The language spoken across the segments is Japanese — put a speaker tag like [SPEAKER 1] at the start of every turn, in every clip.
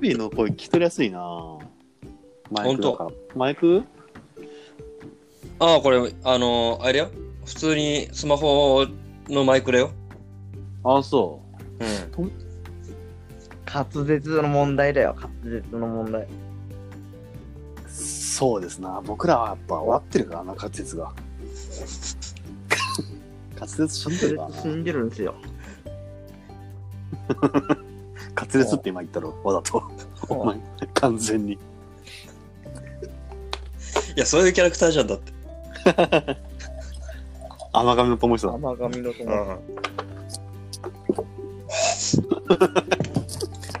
[SPEAKER 1] ビーの声聞き取りやすいなマイクだからマイク
[SPEAKER 2] ああ、これ、あのーあれよ。普通にスマホのマイクだよ。
[SPEAKER 1] あそ
[SPEAKER 2] うん。
[SPEAKER 3] 滑舌の問題だよ、滑舌の問題。
[SPEAKER 1] うそうですな僕らはやっぱ終わってるからな滑舌が 滑舌しょってるから
[SPEAKER 3] 滑
[SPEAKER 1] な
[SPEAKER 3] 舌死んでるんですよ。
[SPEAKER 1] 滑舌って今言ったろわざとお前完全に
[SPEAKER 2] いや、そういうキャラクターじゃんだって。
[SPEAKER 1] 甘噛みの友人だ
[SPEAKER 3] 甘神の友
[SPEAKER 2] ん。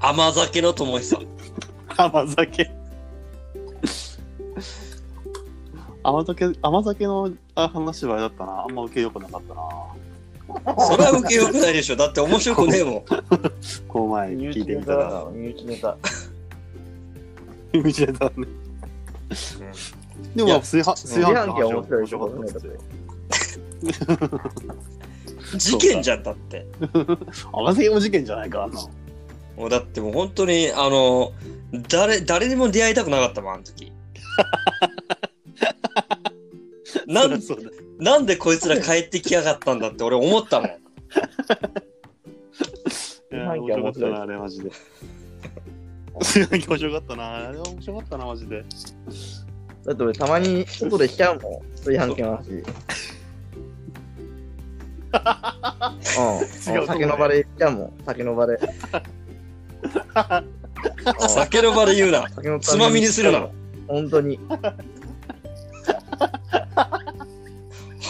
[SPEAKER 2] 甘酒の友久。
[SPEAKER 1] 甘酒甘酒甘酒のあ話はあれだったなあんま受けよくなかったな
[SPEAKER 2] それは受けよくないでしょ。だって面白くねえもん。
[SPEAKER 1] この前
[SPEAKER 3] 身
[SPEAKER 1] 聞い
[SPEAKER 3] 内
[SPEAKER 1] て
[SPEAKER 3] ネ
[SPEAKER 1] みた
[SPEAKER 3] タだから
[SPEAKER 1] ら、
[SPEAKER 3] 身内ネタ。
[SPEAKER 1] 見 ちゃったねでも
[SPEAKER 2] いや
[SPEAKER 1] 炊飯炊
[SPEAKER 3] 炊
[SPEAKER 1] 飯器
[SPEAKER 3] 飯
[SPEAKER 1] の
[SPEAKER 3] 器
[SPEAKER 1] 話
[SPEAKER 3] は面白い
[SPEAKER 1] 面
[SPEAKER 3] でしょ、
[SPEAKER 1] 白かったっ
[SPEAKER 3] こ
[SPEAKER 1] すよ
[SPEAKER 2] 事件じゃんだって。
[SPEAKER 1] 甘酒も事件じゃないかあんなの
[SPEAKER 2] もうだってもう本当に、あのー誰、誰にも出会いたくなかったもん、あの 時。な
[SPEAKER 1] そ
[SPEAKER 2] ん
[SPEAKER 1] りゃそうだ
[SPEAKER 2] なんでこいつら帰ってきやがったんだって俺思ったもん。
[SPEAKER 1] いや
[SPEAKER 3] 炊飯器
[SPEAKER 1] 面白かっ
[SPEAKER 3] は面
[SPEAKER 1] た
[SPEAKER 3] 白い
[SPEAKER 1] なあれマジで 炊飯器面白かったなあれは面白かったなマジで
[SPEAKER 3] だって俺たまに外でしちゃうもん、炊飯器の話。うん、
[SPEAKER 1] 違うとこね
[SPEAKER 3] 酒の場でしちゃうもん、酒の場で。うん
[SPEAKER 2] 酒の場で言うな。
[SPEAKER 3] 酒の
[SPEAKER 2] つまみにするな。
[SPEAKER 3] 本当に。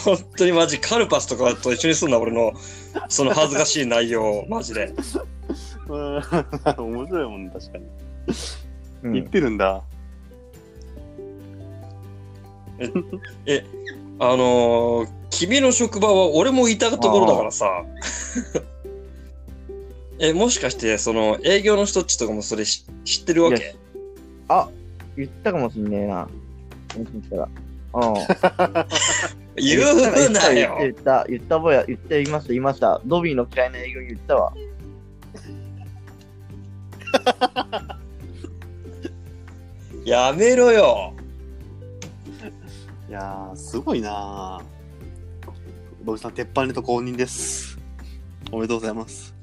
[SPEAKER 2] 本当にマジカルパスとかと一緒にすんな、俺の、その恥ずかしい内容を、マジで。
[SPEAKER 1] うん面白いもん ね確かに
[SPEAKER 3] う
[SPEAKER 1] 言っ
[SPEAKER 3] ん、
[SPEAKER 1] てるんだ
[SPEAKER 2] え、あのー君の職場は俺もいたところだからさ。 え、もしかして、その、営業の人っちとかもそれし知ってるわ
[SPEAKER 3] い
[SPEAKER 2] け
[SPEAKER 3] 言ったかもしんねえな。もしかしたら。うん、
[SPEAKER 2] 言うな
[SPEAKER 3] 言
[SPEAKER 2] よ
[SPEAKER 3] った、言った、言ったぼや、言っていました、言いました。ドビーの嫌いな営業に言ったわ。
[SPEAKER 2] やめろよ
[SPEAKER 1] いやーすごいなー土井さん鉄板ネタ公認ですおめでとうございます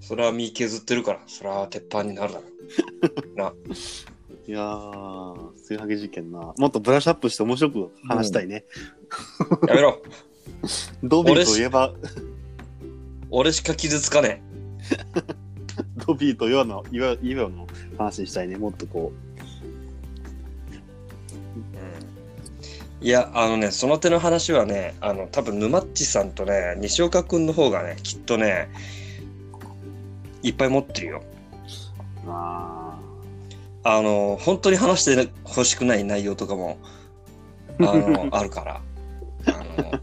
[SPEAKER 2] それは身削ってるから、それは鉄板になるだろ。
[SPEAKER 1] いやー炊飯器事件なもっとブラッシュアップして面白く話したいね、
[SPEAKER 2] やめろ
[SPEAKER 1] ドビーといえば
[SPEAKER 2] 俺しか傷つかね
[SPEAKER 1] ドビーとヨアのヨアヨアの話にしたいねもっとこ
[SPEAKER 2] え。いや、あのね、その手の話はね、あの、多分沼っちさんとね、西岡くんの方がね、きっとね、いっぱい持ってるよ。
[SPEAKER 1] うあ
[SPEAKER 2] あの、本当に話してほしくない内容とかも、あの、あるから。あの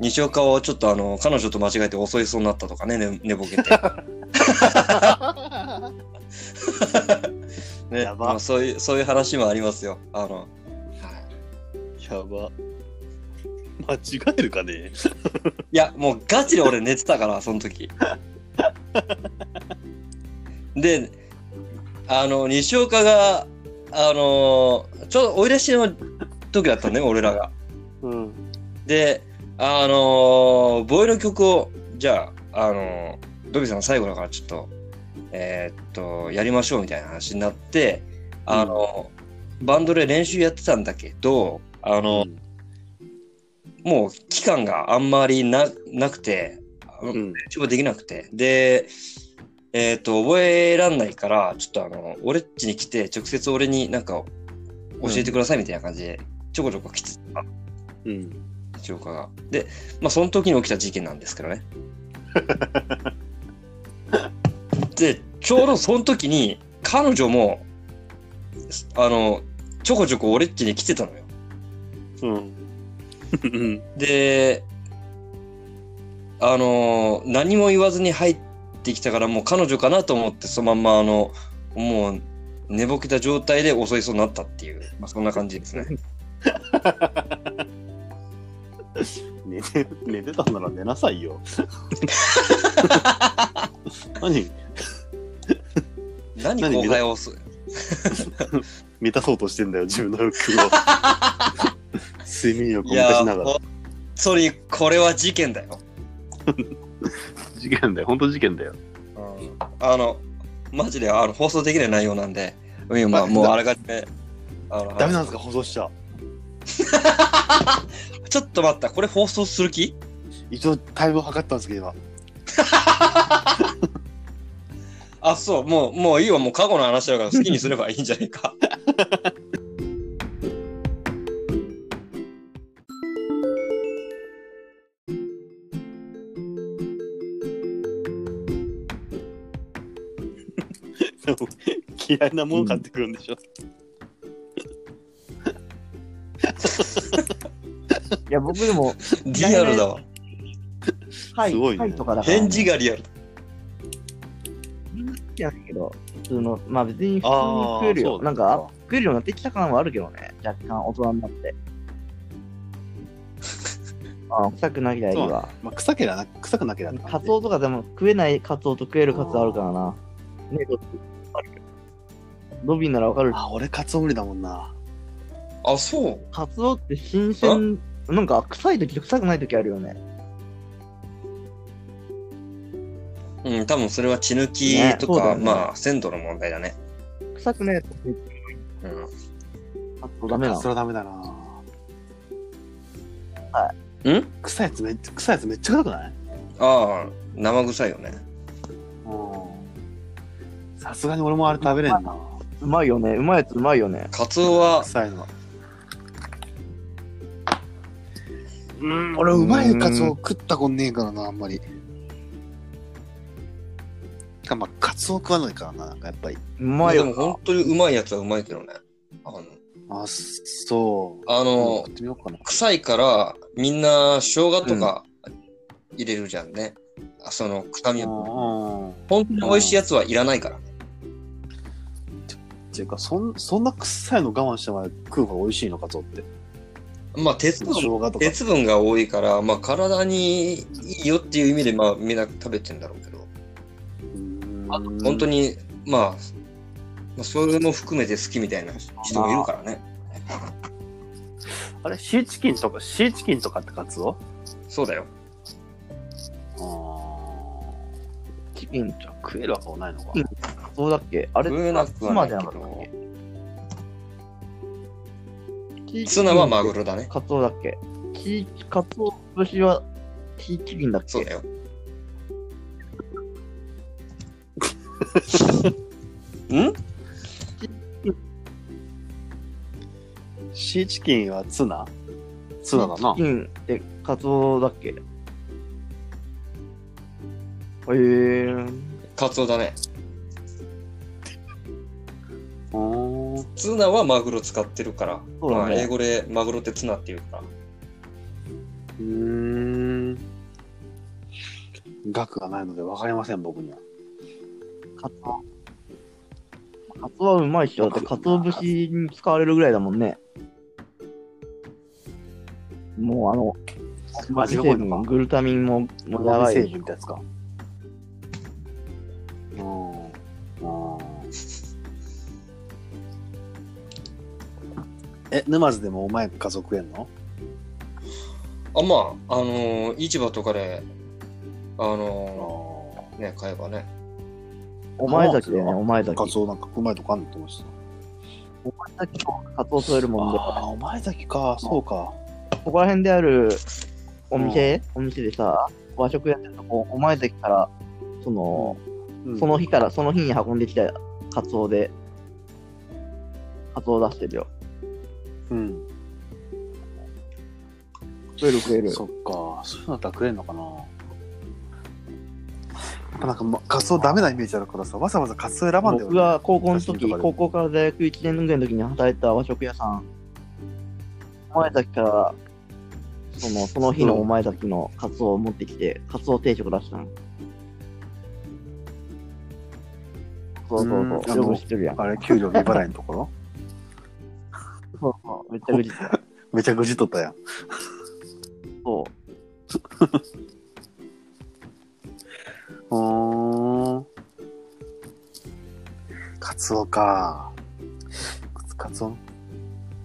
[SPEAKER 2] 西岡をちょっとあの彼女と間違えて襲いそうになったとかね、ね寝ぼけて。 ね、
[SPEAKER 1] やば
[SPEAKER 2] まあそういう、そういう話もありますよ。あの、はい
[SPEAKER 1] ーやば間違えるかね
[SPEAKER 2] いや、もうガチで俺寝てたから、その時。で、あの、西岡が、あのーちょうど追い出しの時だったね、俺らが。
[SPEAKER 1] うん
[SPEAKER 2] で、あのーボーイの曲を、じゃあ、あのードビーさん最後だからちょっと、えーっと、やりましょうみたいな話になって、あのーバンドで練習やってたんだけど、あのーもう期間があんまりななくて、あの
[SPEAKER 1] うん
[SPEAKER 2] 一応できなくて。で、えっ、と、覚えらんないから、ちょっとあの、俺っちに来て、直接俺になんか、教えてくださいみたいな感じで、ちょこちょこ来てた、
[SPEAKER 1] うん
[SPEAKER 2] 一岡が。で、まあ、その時に起きた事件なんですけどね。で、ちょうどその時に、彼女も、あの、ちょこちょこ俺っちに来てたのよ。
[SPEAKER 1] うん
[SPEAKER 2] で、あのー何も言わずに入ってきたから、もう彼女かなと思って、そのまんま、あの、もう、寝ぼけた状態で襲いそうになったっていう、まあ、そんな感 じですね。
[SPEAKER 1] 寝て寝てたんなら寝なさい よ何
[SPEAKER 2] 何
[SPEAKER 1] 何
[SPEAKER 2] 後輩を襲
[SPEAKER 1] 満たそうとしてんだよ、自分の欲 を。睡眠欲を
[SPEAKER 2] い
[SPEAKER 1] 満た
[SPEAKER 2] や
[SPEAKER 1] しながら。
[SPEAKER 2] 本当にこれは事件だよ、
[SPEAKER 1] 事件だよ、本当事件だよ。
[SPEAKER 2] うんあのマジであの放送できない内容なんで今
[SPEAKER 1] あ
[SPEAKER 2] もうあらかじめあの
[SPEAKER 1] ダメなんですか、放送しちゃ。
[SPEAKER 2] ちょっと待ったこれ放送する気
[SPEAKER 1] 一応、タイムを測ったんですけど、今。
[SPEAKER 2] あそうもうもういいわもう過去の話だから好きにすればいいんじゃな いか
[SPEAKER 1] でも 嫌いなもの買ってくるんでしょ。
[SPEAKER 3] いや、僕でも、
[SPEAKER 2] リアルだわ
[SPEAKER 3] はい、
[SPEAKER 1] すごいね
[SPEAKER 3] はいとかだから、
[SPEAKER 2] 返事がリアル
[SPEAKER 3] みんな好きじゃないけど、普通の、まあ別に普通に食えるよ。
[SPEAKER 1] あー
[SPEAKER 3] なんか、あ食えるようになってきた感はあるけどね、若干大人になって。あー臭くなきゃいいわ。
[SPEAKER 1] まあ、臭けりゃな、臭くなけりゃな。
[SPEAKER 3] カツオとかでも食えないカツオと食えるカツオあるからな。ねどっちあるけどロビーならわかる。
[SPEAKER 1] あ、俺カツオ無理だもんな。
[SPEAKER 2] あそう
[SPEAKER 3] カツオって新鮮、なんか臭い時と臭くない時あるよね。
[SPEAKER 2] うん、多分それは血抜き
[SPEAKER 3] ね
[SPEAKER 2] と
[SPEAKER 3] そうだ
[SPEAKER 2] か、
[SPEAKER 3] よね
[SPEAKER 2] まあ、鮮度の問題だね。
[SPEAKER 3] 臭くない時
[SPEAKER 2] うん。
[SPEAKER 3] カツオダメな
[SPEAKER 1] カツ
[SPEAKER 3] の。
[SPEAKER 1] オダメだな。
[SPEAKER 2] うん
[SPEAKER 1] 臭いやつめっちゃ、臭いやつめっちゃ臭くない
[SPEAKER 2] ああ、生臭いよね。
[SPEAKER 1] うんさすがに俺もあれ食べれんな。
[SPEAKER 3] うまいよね。うまいやつうまいよね。
[SPEAKER 2] カツオは、
[SPEAKER 1] 臭いの。うん、俺うまいカツオ食ったことねえからな、あんまり。てかまあ、カツオ食わないからな、なんかやっぱり。
[SPEAKER 3] うまい
[SPEAKER 2] で
[SPEAKER 3] よ
[SPEAKER 2] も本当にうまいやつはうまいけどね。あの、
[SPEAKER 1] あ、そう。
[SPEAKER 2] あの
[SPEAKER 1] 食ってみようかな。
[SPEAKER 2] 臭いから、みんな生姜とか入れるじゃんね。あその臭みを。
[SPEAKER 1] うん。
[SPEAKER 2] 本当に美味しいやつはいらないからね。
[SPEAKER 1] っていうか、そんそんな臭いの我慢してまで食う方が美味しいの、カツオって。
[SPEAKER 2] まあ、鉄
[SPEAKER 1] 生
[SPEAKER 2] 分、
[SPEAKER 1] 姜とか。
[SPEAKER 2] 鉄分が多いから、まあ、体にいいよっていう意味で、まあ、みんな食べてんだろうけど。本当
[SPEAKER 1] に。
[SPEAKER 2] に、まあ、まあ、それも含めて好きみたいな人もいるからね。
[SPEAKER 1] あれ、シーチキンとか、シーチキンとかってカツオ
[SPEAKER 2] そうだよ。
[SPEAKER 1] あ
[SPEAKER 3] チキンちゃん
[SPEAKER 1] あ。食えるわけはないのか。
[SPEAKER 3] うんカツオだっけあれ
[SPEAKER 2] 食えなくはないけど
[SPEAKER 3] ツナじゃなかったっけ
[SPEAKER 2] ツナはマグロだね。
[SPEAKER 3] カツオだっけチーカツオ節はチーチキンだっけ
[SPEAKER 2] そうだよ。ん
[SPEAKER 1] シーチキンはツナツナだな
[SPEAKER 3] チ。キンってカツオだっけへえー、
[SPEAKER 2] カツオだね。
[SPEAKER 1] おー
[SPEAKER 2] ツナはマグロ使ってるから、
[SPEAKER 3] そうだね
[SPEAKER 2] まあ、英語でマグロってツナっていうから。
[SPEAKER 1] うーん。額がないので分かりません、僕には。
[SPEAKER 3] カツオカツオはうまいっしょだってカツオ節に使われるぐらいだもんねもうあの
[SPEAKER 1] 味が濃いのか
[SPEAKER 3] グルタミンももうや
[SPEAKER 1] ラ
[SPEAKER 3] ば
[SPEAKER 1] ー
[SPEAKER 3] い
[SPEAKER 1] 成分ってやつか。うん。うんえ、沼津でもお前家族えんの
[SPEAKER 2] あ、まあ、あのー市場とかで、あの
[SPEAKER 1] あ
[SPEAKER 2] ーね、買えばね。
[SPEAKER 3] お前だけだよねお前だ
[SPEAKER 1] あ。
[SPEAKER 3] け
[SPEAKER 1] カツオなんかうまいとこあんのと思ってた。
[SPEAKER 3] お前だけカツオ添えるもんで
[SPEAKER 1] ああ、お前だけか、そうか。
[SPEAKER 3] ここら辺であるお店、お店でさ、和食やってるとこ、お前崎から、その、
[SPEAKER 1] うん
[SPEAKER 3] その日から、その日に運んできたカツオで、カツオ出してるよ。
[SPEAKER 1] うん。
[SPEAKER 3] 食える食える。
[SPEAKER 1] そっか、そういうのだったら食えんのかな。やっぱなんか、ま、カツオダメなイメージあるからさ、わざわざカツオ選ばんだよ、
[SPEAKER 3] 僕
[SPEAKER 1] ね。
[SPEAKER 3] が高校の
[SPEAKER 1] 写真
[SPEAKER 3] 時、
[SPEAKER 1] とかで
[SPEAKER 3] 高校から大学1年ぐらいの時に働いた和食屋さん、お前崎から、その、その日のお前崎のカツオを持ってきて、カツオ定食出したの。そうそうそうう。
[SPEAKER 1] ん
[SPEAKER 3] よく知ってるやん。
[SPEAKER 1] あれ、給料未払いのとこ ろ
[SPEAKER 3] そうそう。めっちゃ愚痴った。
[SPEAKER 1] めちゃくちゃとったやん。
[SPEAKER 3] そう。
[SPEAKER 1] うーん。カツオか。カツオ。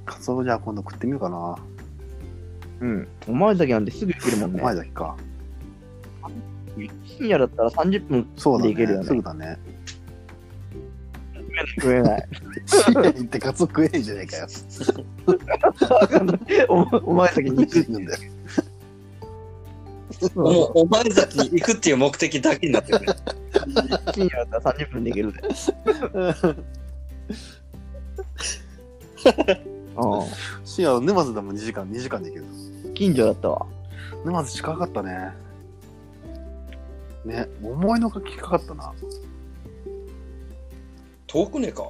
[SPEAKER 1] カツオじゃあ今度食ってみようかな。
[SPEAKER 3] うん。お前だけなんてすぐ行けるもんね
[SPEAKER 1] お。前だけか。
[SPEAKER 3] 深夜だったら30分
[SPEAKER 1] そうだ
[SPEAKER 3] でいけるよ
[SPEAKER 1] ね。
[SPEAKER 3] ね
[SPEAKER 1] すぐだ ね。
[SPEAKER 3] 食えない。
[SPEAKER 1] 深夜行ってカツオ食えねえじゃねえかよ。
[SPEAKER 3] お お前だけ肉
[SPEAKER 1] 死ぬんだよ。
[SPEAKER 2] もうお前崎に行くっていう目的だけになってくる。
[SPEAKER 3] 深夜だったら30分で行けるぜ。う
[SPEAKER 1] 深夜沼津でも2時間、2時間で行ける。
[SPEAKER 3] ん。近所だったわ。
[SPEAKER 1] 沼津近かったね。ね、思いのがきかかったな。
[SPEAKER 2] 遠くねえか。